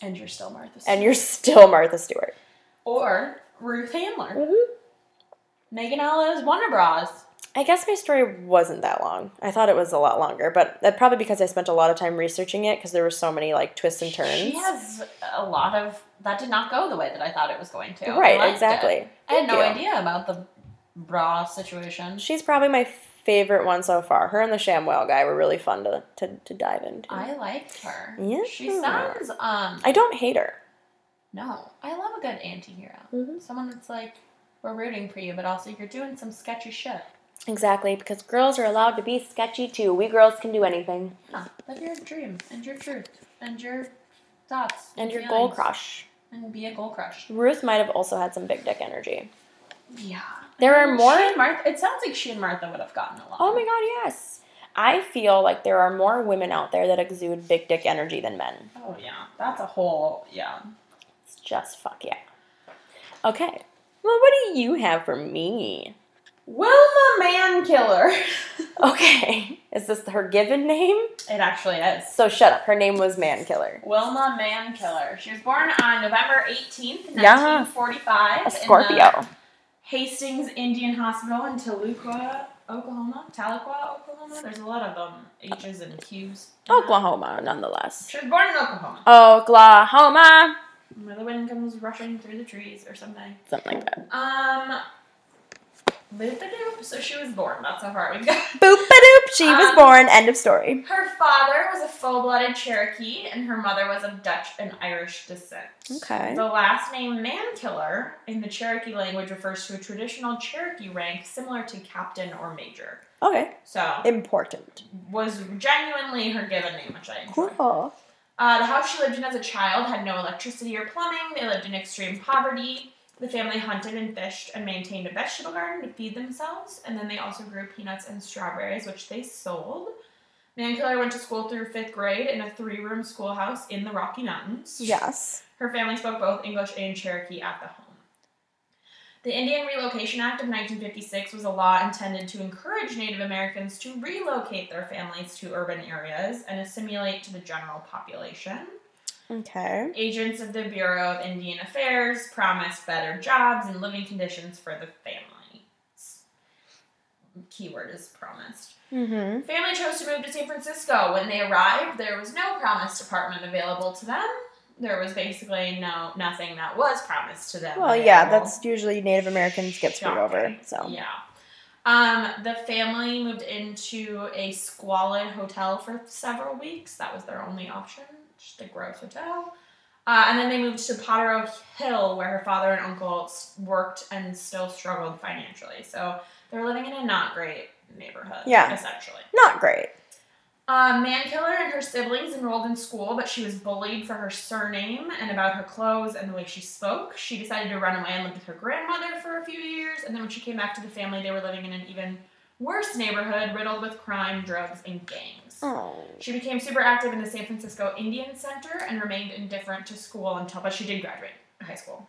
Speaker 1: and you're still Martha. Stewart.
Speaker 2: and you're still Martha Stewart.
Speaker 1: or Ruth Handler,
Speaker 2: Mm-hmm.
Speaker 1: Megan Ella's Wonder Bras.
Speaker 2: I guess my story wasn't that long. I thought it was a lot longer, but that probably because I spent a lot of time researching it because there were so many like twists and turns.
Speaker 1: She has a lot of that did not go the way that I thought it was going to. I
Speaker 2: right,
Speaker 1: liked it.
Speaker 2: exactly.
Speaker 1: I had
Speaker 2: Thank
Speaker 1: no
Speaker 2: you.
Speaker 1: idea about the bra situation.
Speaker 2: She's probably my favorite one so far. Her and the ShamWow guy were really fun to to, to dive into.
Speaker 1: I liked her.
Speaker 2: Yeah.
Speaker 1: She sounds um
Speaker 2: I don't hate her.
Speaker 1: no. I love a good anti-hero.
Speaker 2: Mhm.
Speaker 1: Someone that's like we're rooting for you, but also you're doing some sketchy shit.
Speaker 2: Exactly, because girls are allowed to be sketchy too. We girls can do anything.
Speaker 1: Yeah, live your dream and your truth and your thoughts
Speaker 2: And your goal
Speaker 1: feelings,
Speaker 2: crush.
Speaker 1: and be a goal crush.
Speaker 2: Ruth might have also had some big dick energy.
Speaker 1: Yeah,
Speaker 2: There are more.
Speaker 1: She and Martha. It sounds like she and Martha would have gotten along.
Speaker 2: Oh my god, yes. I feel like there are more women out there that exude big dick energy than men.
Speaker 1: Oh yeah, that's a whole yeah.
Speaker 2: It's just fuck yeah. Okay. Well, what do you have for me?
Speaker 1: Wilma Man Killer.
Speaker 2: Okay. Is this her given name?
Speaker 1: it actually is.
Speaker 2: So shut up. Her name was Mankiller.
Speaker 1: Wilma Man Killer. She was born on November 18th,
Speaker 2: Yeah.
Speaker 1: 1945.
Speaker 2: A
Speaker 1: in uh, the
Speaker 2: Scorpio.
Speaker 1: Hastings Indian Hospital in Toluca, Oklahoma. Tahlequah, Oklahoma. There's a lot of um H's and Q's.
Speaker 2: Oklahoma, nonetheless.
Speaker 1: She was born in Oklahoma.
Speaker 2: Oklahoma.
Speaker 1: Where the wind comes rushing through the trees or something.
Speaker 2: Something like that.
Speaker 1: Um. boop-a-doop. So she was born. That's how far we go.
Speaker 2: Boop a doop. She was
Speaker 1: Um,
Speaker 2: born. End of story.
Speaker 1: Her father was a full blooded Cherokee, and her mother was of Dutch and Irish descent.
Speaker 2: Okay.
Speaker 1: The last name Mankiller in the Cherokee language refers to a traditional Cherokee rank similar to captain or major.
Speaker 2: Okay.
Speaker 1: So, it
Speaker 2: Important.
Speaker 1: was genuinely her given name, which I enjoy.
Speaker 2: Cool.
Speaker 1: Uh, the house she lived in as a child had no electricity or plumbing. They lived in extreme poverty. The family hunted and fished and maintained a vegetable garden to feed themselves, and then they also grew peanuts and strawberries, which they sold. Mankiller went to school through fifth grade in a three room schoolhouse in the Rocky Mountains.
Speaker 2: Yes.
Speaker 1: Her family spoke both English and Cherokee at the home. The Indian Relocation Act of 1956 was a law intended to encourage Native Americans to relocate their families to urban areas and assimilate to the general population.
Speaker 2: Okay.
Speaker 1: Agents of the Bureau of Indian Affairs promised better jobs and living conditions for the family. Keyword is promised.
Speaker 2: Mm-hmm.
Speaker 1: Family chose to move to San Francisco. When they arrived, there was no promised apartment available to them. there was basically no nothing that was promised to them.
Speaker 2: Well, yeah,
Speaker 1: available.
Speaker 2: that's usually Native Americans get screwed over.
Speaker 1: Shocking.
Speaker 2: So
Speaker 1: Yeah. Um, the family moved into a squalid hotel for several weeks. That was their only option, just a gross hotel. Uh, and then they moved to Potter Oak Hill, where her father and uncle s- worked and still struggled financially. So they're living in a not great neighborhood,
Speaker 2: Yeah.
Speaker 1: essentially.
Speaker 2: not great.
Speaker 1: Uh, Mankiller and her siblings enrolled in school, but she was bullied for her surname and about her clothes and the way she spoke. She decided to run away and live with her grandmother for a few years, and then when she came back to the family, they were living in an even worse neighborhood riddled with crime, drugs, and gangs.
Speaker 2: Oh.
Speaker 1: She became super active in the San Francisco Indian Center and remained indifferent to school until, but she did graduate high school.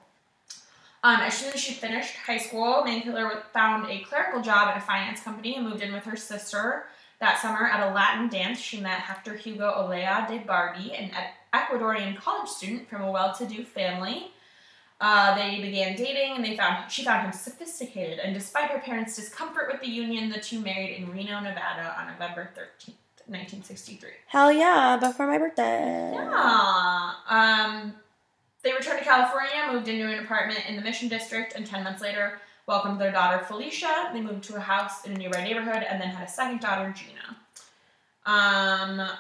Speaker 1: Um, as soon as she finished high school, Mankiller found a clerical job at a finance company and moved in with her sister. That summer, at a Latin dance, she met Hector Hugo Olea de Bardi, an Ec- Ecuadorian college student from a well-to-do family. Uh, they began dating, and they found she found him sophisticated. And despite her parents' discomfort with the union, the two married in Reno, Nevada, on November thirteenth, nineteen sixty-three.
Speaker 2: Hell yeah, before my birthday.
Speaker 1: Yeah. Um, they returned to California, moved into an apartment in the Mission District, and 10 months later welcomed their daughter Felicia. They moved to a house in a nearby neighborhood and then had a second daughter, Gina. Um, bop,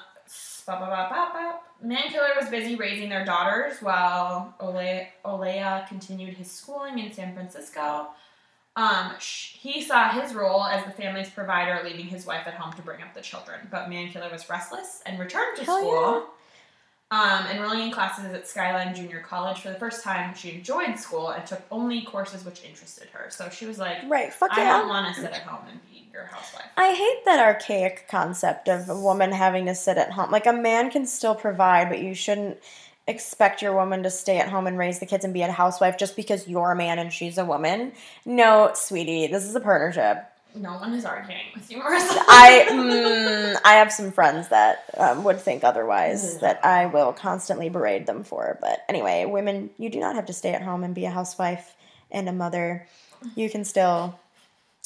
Speaker 1: bop, bop, bop, bop. Mankiller was busy raising their daughters while Ole- Olea continued his schooling in San Francisco. Um, sh- he saw his role as the family's provider, leaving his wife at home to bring up the children. But Mankiller was restless and returned to
Speaker 2: Hell
Speaker 1: school.
Speaker 2: yeah.
Speaker 1: Um, enrolling in classes at Skyline Junior College for the first time, she enjoyed school and took only courses which interested her. So she was like,
Speaker 2: Right, fuck
Speaker 1: I
Speaker 2: yeah.
Speaker 1: don't want to sit at home and be your housewife.
Speaker 2: I hate that archaic concept of a woman having to sit at home. Like a man can still provide, but you shouldn't expect your woman to stay at home and raise the kids and be a housewife just because you're a man and she's a woman. No, sweetie, this is a partnership.
Speaker 1: No one is arguing with you, Marissa.
Speaker 2: I mm, I have some friends that um, would think
Speaker 1: Mm.
Speaker 2: otherwise that I will constantly berate them for. But anyway, women, you do not have to stay at home and be a housewife and a mother. You can still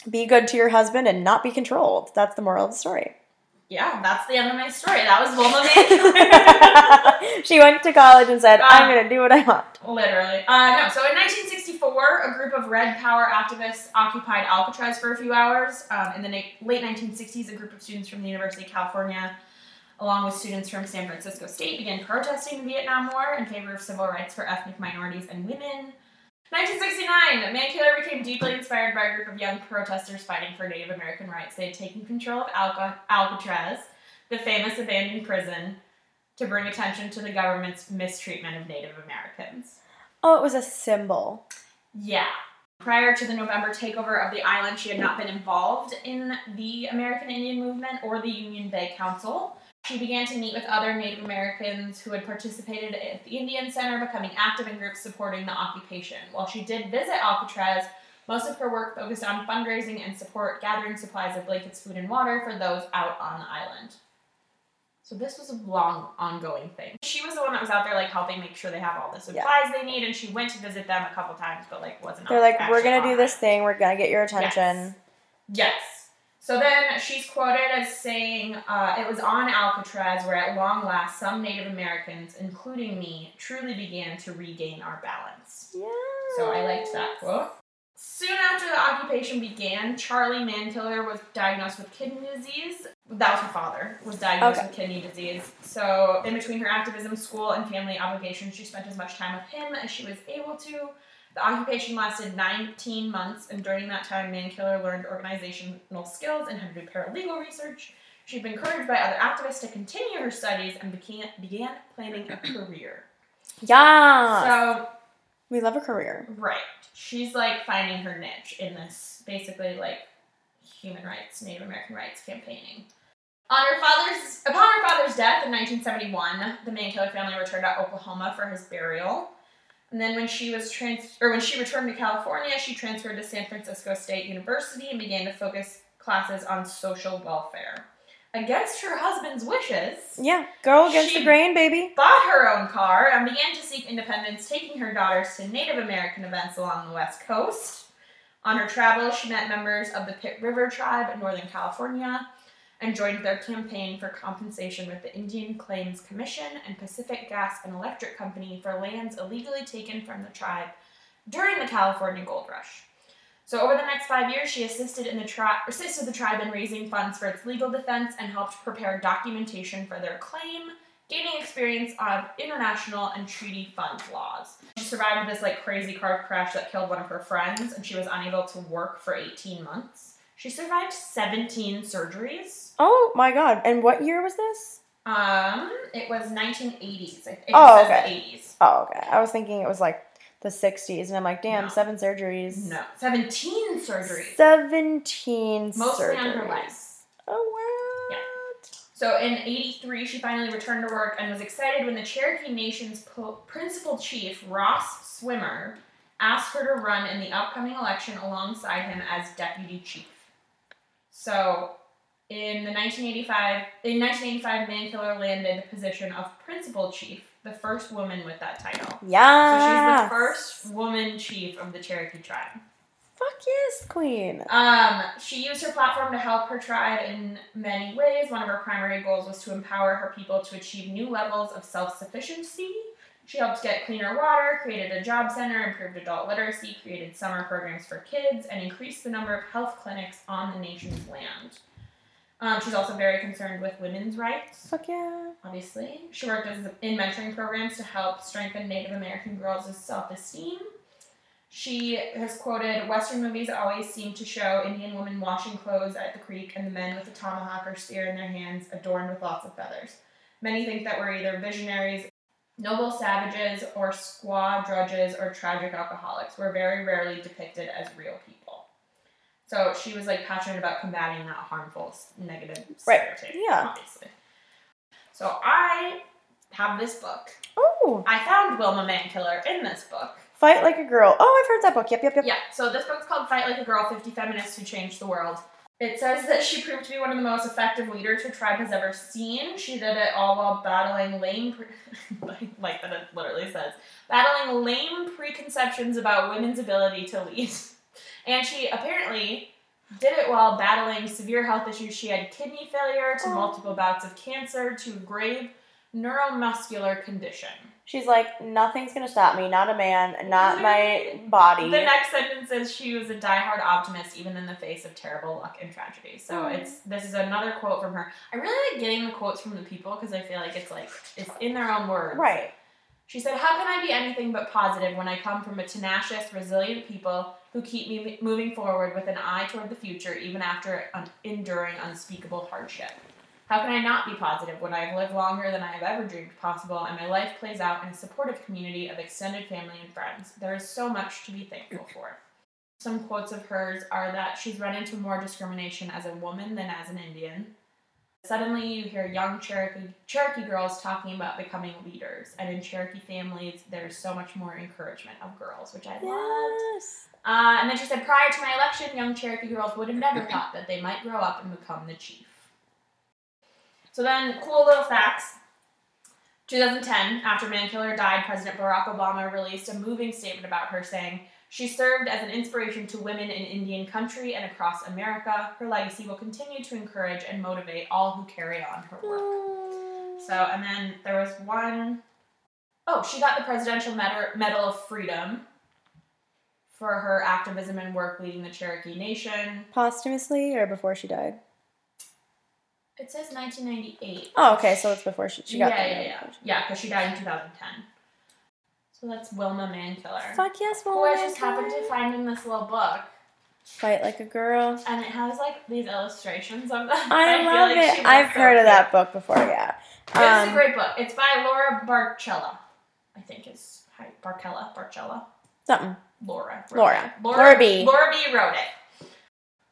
Speaker 2: be good to your husband and not be controlled. That's the moral of the story.
Speaker 1: yeah, that's the end of my story. That was Wilma Mankiller.
Speaker 2: she went to college and said, "I'm going to do what I want."
Speaker 1: Literally. Uh, no, so in 1964, a group of Red Power activists occupied Alcatraz for a few hours. Um, in the na- late 1960s, a group of students from the University of California, along with students from San Francisco State, began protesting the Vietnam War in favor of civil rights for ethnic minorities and women. 1969, Mankiller became deeply inspired by a group of young protesters fighting for Native American rights. They had taken control of Alca- Alcatraz, the famous abandoned prison, to bring attention to the government's mistreatment of Native Americans.
Speaker 2: Oh, it was a symbol.
Speaker 1: Yeah. Prior to the November takeover of the island, she had not been involved in the American Indian movement or the Union Bay Council. She began to meet with other Native Americans who had participated at the Indian Center, becoming active in groups supporting the occupation. While she did visit Alcatraz, most of her work focused on fundraising and support, gathering supplies of blankets, food, and water for those out on the island. So this was a long, ongoing thing. She was the one that was out there, like helping make sure they have all the supplies they need, and she went to visit them a couple times, but like wasn't.
Speaker 2: They're like,
Speaker 1: actually
Speaker 2: "We're going to do
Speaker 1: on it."
Speaker 2: this thing. We're going to get your attention."
Speaker 1: Yes. So then she's quoted as saying, uh, It was on Alcatraz where at long last some Native Americans, including me, truly began to regain our balance.
Speaker 2: Yeah.
Speaker 1: So I liked that quote. Soon after the occupation began, Charlie Mankiller was diagnosed with kidney disease. That was her father, was diagnosed
Speaker 2: Okay.
Speaker 1: with kidney disease. So, in between her activism, school, and family obligations, she spent as much time with him as she was able to. The occupation lasted 19 months, and during that time, Mankiller learned organizational skills and how to do paralegal research. She'd been encouraged by other activists to continue her studies and began, began planning a career.
Speaker 2: Yeah.
Speaker 1: So,
Speaker 2: we love a career.
Speaker 1: Right. She's like finding her niche in this basically like human rights, Native American rights campaigning. On her father's upon her father's death in 1971, the Mankiller family returned to Oklahoma for his burial. And then when she was trans or when she returned to California, she transferred to San Francisco State University and began to focus classes on social welfare. Against her husband's wishes,
Speaker 2: Yeah. Go against
Speaker 1: She-
Speaker 2: the grain, baby.
Speaker 1: bought her own car and began to seek independence, taking her daughters to Native American events along the West Coast. On her travels, she met members of the Pitt River Tribe in Northern California and joined their campaign for compensation with the Indian Claims Commission and Pacific Gas and Electric Company for lands illegally taken from the tribe during the California Gold Rush. So over the next five years, she assisted in the tri- assisted the tribe in raising funds for its legal defense and helped prepare documentation for their claim, gaining experience on international and treaty fund laws. She survived this like crazy car crash that killed one of her friends, and she was unable to work for 18 months. She survived 17 surgeries.
Speaker 2: Oh my god. And what year was this?
Speaker 1: Um, it was 1980s. I- It
Speaker 2: Oh,
Speaker 1: says
Speaker 2: okay.
Speaker 1: 80s.
Speaker 2: Oh, okay. I was thinking it was like the 60s, and I'm like, damn,
Speaker 1: No.
Speaker 2: seven surgeries.
Speaker 1: No, 17 surgeries.
Speaker 2: 17
Speaker 1: Mostly
Speaker 2: surgeries.
Speaker 1: on her legs.
Speaker 2: Oh, wow.
Speaker 1: Yeah. So in 83, she finally returned to work and was excited when the Cherokee Nation's po- principal chief, Ross Swimmer, asked her to run in the upcoming election alongside him as deputy chief. So in the 1985, in 1985, Mankiller landed the position of principal chief, the first woman with that title. So
Speaker 2: Yeah.
Speaker 1: she's the first woman chief of the Cherokee tribe.
Speaker 2: Fuck yes, queen.
Speaker 1: Um, she used her platform to help her tribe in many ways. One of her primary goals was to empower her people to achieve new levels of self sufficiency. She helped get cleaner water, created a job center, improved adult literacy, created summer programs for kids, and increased the number of health clinics on the nation's land. Um, she's also very concerned with women's rights
Speaker 2: Fuck yeah.
Speaker 1: obviously. She worked as, in mentoring programs to help strengthen Native American girls' self esteem. She has quoted Western movies always seem to show Indian women washing clothes at the creek and the men with a tomahawk or spear in their hands adorned with lots of feathers. Many think that we're either visionaries, noble savages, or squaw drudges or tragic alcoholics. We're very rarely depicted as real people. So she was like passionate about combating that harmful, negative
Speaker 2: Right,
Speaker 1: stereotype.
Speaker 2: yeah.
Speaker 1: Obviously. So I have this book.
Speaker 2: Oh,
Speaker 1: I found Wilma Mankiller in this book.
Speaker 2: Fight Like a Girl. Oh, I've heard that book. Yep, yep, yep.
Speaker 1: Yeah, so this book's called Fight Like a Girl 50 Feminists Who Changed the World. It says that she proved to be one of the most effective leaders her tribe has ever seen. She did it all while battling lame, pre- like that it literally says, battling lame preconceptions about women's ability to lead. And she apparently did it while battling severe health issues. She had kidney failure, to
Speaker 2: Oh.
Speaker 1: multiple bouts of cancer, to grave neuromuscular condition.
Speaker 2: She's like, nothing's gonna stop me. Not a man, not my body.
Speaker 1: The next sentence says she was a diehard optimist, even in the face of terrible luck and tragedy. So
Speaker 2: Hmm.
Speaker 1: it's this is another quote from her. I really like getting the quotes from the people because I feel like it's like it's in their own words.
Speaker 2: Right.
Speaker 1: She said, "How can I be anything but positive when I come from a tenacious, resilient people who keep me moving forward with an eye toward the future, even after an enduring unspeakable hardship." How can I not be positive when I have lived longer than I have ever dreamed possible and my life plays out in a supportive community of extended family and friends? There is so much to be thankful for. Some quotes of hers are that she's run into more discrimination as a woman than as an Indian. Suddenly, you hear young Cherokee, Cherokee girls talking about becoming leaders, and in Cherokee families, there's so much more encouragement of girls, which I love.
Speaker 2: Yes.
Speaker 1: Uh, and then she said, prior to my election, young Cherokee girls would have never thought that they might grow up and become the chief. So then, cool little facts. 2010, after Mankiller died, President Barack Obama released a moving statement about her saying, She served as an inspiration to women in Indian country and across America. Her legacy will continue to encourage and motivate all who carry on her work. So, and then there was one oh, she got the Presidential Medal, Medal of Freedom for her activism and work leading the Cherokee Nation.
Speaker 2: Posthumously or before she died?
Speaker 1: It says 1998.
Speaker 2: Oh, okay. So it's before she, she got
Speaker 1: yeah,
Speaker 2: the-
Speaker 1: yeah, yeah, yeah, because she died in 2010. So that's Wilma Mankiller.
Speaker 2: Fuck yes,
Speaker 1: Who
Speaker 2: woman.
Speaker 1: I just happened to find in this little book,
Speaker 2: Fight Like a Girl.
Speaker 1: and it has like these illustrations of them.
Speaker 2: I,
Speaker 1: feel
Speaker 2: love
Speaker 1: like she
Speaker 2: it.
Speaker 1: was
Speaker 2: I've
Speaker 1: so
Speaker 2: heard of
Speaker 1: cute.
Speaker 2: that book before, yeah.
Speaker 1: It's a
Speaker 2: Um,
Speaker 1: great book. It's by Laura Barcella. I think is hi, Barcella. Barcella.
Speaker 2: something.
Speaker 1: Laura. wrote
Speaker 2: Laura.
Speaker 1: it. Laura.
Speaker 2: Laura B.
Speaker 1: Laura B. wrote it.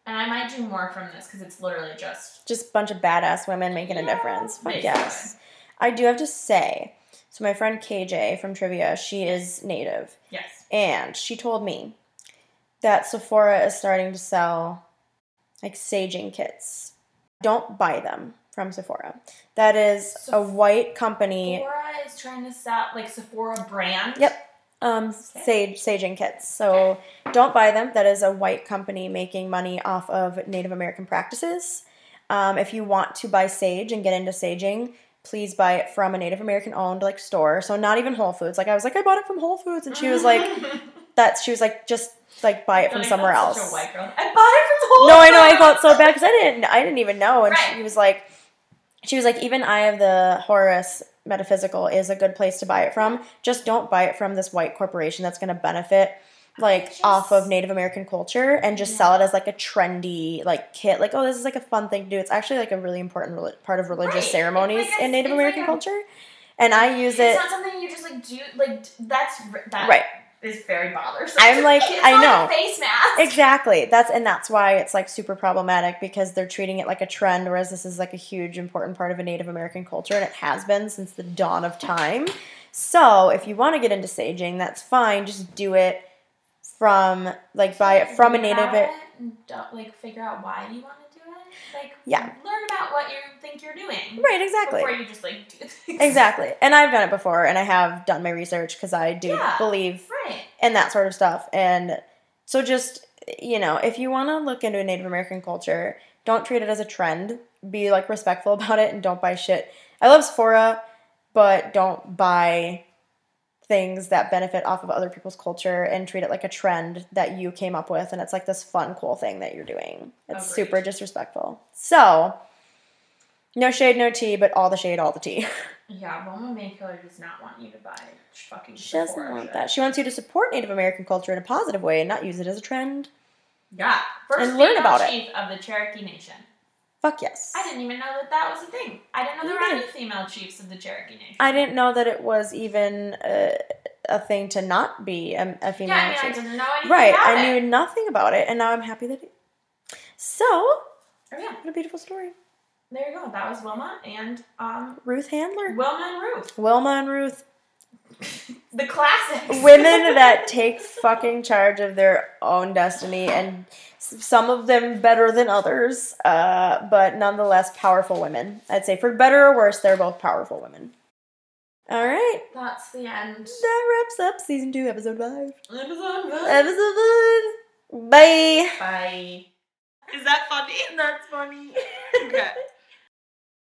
Speaker 1: And I might do more from this because it's literally just
Speaker 2: Just a bunch of badass women making a
Speaker 1: Yeah,
Speaker 2: difference. Fuck
Speaker 1: basically.
Speaker 2: yes. I do have to say, so my friend KJ from Trivia, she is native.
Speaker 1: yes.
Speaker 2: And she told me that Sephora is starting to sell like saging kits. Don't buy them from Sephora. That is a
Speaker 1: Seph-
Speaker 2: white company.
Speaker 1: Sephora is trying to sell like Sephora brand.
Speaker 2: Yep. Um, sage saging kits. So don't buy them. That is a white company making money off of Native American practices. Um, if you want to buy sage and get into saging, please buy it from a Native American owned like store. So not even Whole Foods. Like I was like, I bought it from Whole Foods, and she was like, that. She was like, just like buy it from somewhere else.
Speaker 1: Such a white girl. I bought it from Whole
Speaker 2: No, I know. I
Speaker 1: Foods.
Speaker 2: felt so bad because I didn't. I didn't even know. And
Speaker 1: Right.
Speaker 2: she was like, she was like, even Eye of the Horus metaphysical is a good place to buy it from. Just don't buy it from this white corporation that's going to benefit like
Speaker 1: Just-
Speaker 2: off of Native American culture and just sell it as like a trendy like kit. Like, oh, this is like a fun thing to do. It's actually like a really important reli- part of religious
Speaker 1: Right. It's
Speaker 2: ceremonies
Speaker 1: like a-
Speaker 2: in Native
Speaker 1: it's like
Speaker 2: American
Speaker 1: a-
Speaker 2: culture. And I use
Speaker 1: It's
Speaker 2: it.
Speaker 1: not something you just like do. Like d- that's r- that
Speaker 2: Right.
Speaker 1: is very bothersome.
Speaker 2: I'm like,
Speaker 1: It's
Speaker 2: I
Speaker 1: not
Speaker 2: know.
Speaker 1: a face mask.
Speaker 2: Exactly. That's and that's why it's like super problematic because they're treating it like a trend, whereas this is like a huge important part of a Native American culture, and it has been since the dawn of time. So if you want to get into saging, that's fine. Just do it from like buy it from a
Speaker 1: Read
Speaker 2: Native.
Speaker 1: about it and don't, like figure out why you want to do it. Like
Speaker 2: Yeah.
Speaker 1: learn about what you think you're doing
Speaker 2: Right. Exactly.
Speaker 1: before you just like do things.
Speaker 2: Exactly. And I've done it before, and I have done my research because I do
Speaker 1: Yeah.
Speaker 2: believe
Speaker 1: Right.
Speaker 2: and that sort of stuff. And so just you know, if you want to look into Native American culture, don't treat it as a trend. Be like respectful about it and don't buy shit. I love Sephora, but don't buy things that benefit off of other people's culture and treat it like a trend that you came up with and it's like this fun cool thing that you're doing. It's
Speaker 1: Agreed.
Speaker 2: super disrespectful. So, no shade, no tea, but all the shade, all the tea.
Speaker 1: Yeah, Wilma Mankiller does not want you to buy fucking
Speaker 2: She doesn't
Speaker 1: Sephora
Speaker 2: want
Speaker 1: shit.
Speaker 2: that. She wants you to support Native American culture in a positive way and not use it as a trend.
Speaker 1: Yeah. First
Speaker 2: And learn
Speaker 1: female
Speaker 2: about it.
Speaker 1: chief of the Cherokee Nation.
Speaker 2: Fuck yes.
Speaker 1: I didn't even know that that was a thing. I didn't know there
Speaker 2: Me
Speaker 1: were any female chiefs of the Cherokee Nation.
Speaker 2: I didn't know that it was even a, a thing to not be a, a female.
Speaker 1: yeah, I mean,
Speaker 2: chief.
Speaker 1: I didn't know anything
Speaker 2: right.
Speaker 1: about
Speaker 2: I
Speaker 1: it.
Speaker 2: knew nothing about it, and now I'm happy that. It, so,
Speaker 1: Oh, yeah,
Speaker 2: what a beautiful story.
Speaker 1: there you go. That was Wilma and um,
Speaker 2: Ruth Handler,
Speaker 1: Wilma and Ruth,
Speaker 2: Wilma and Ruth,
Speaker 1: the classics.
Speaker 2: women that take fucking charge of their own destiny, and s- some of them better than others, uh, but nonetheless powerful women. I'd say for better or worse, they're both powerful women. All right,
Speaker 1: That's the end.
Speaker 2: that wraps up season two, episode five.
Speaker 1: Bye.
Speaker 2: episode. Bye.
Speaker 1: Bye.
Speaker 5: Is that funny? That's funny. Okay.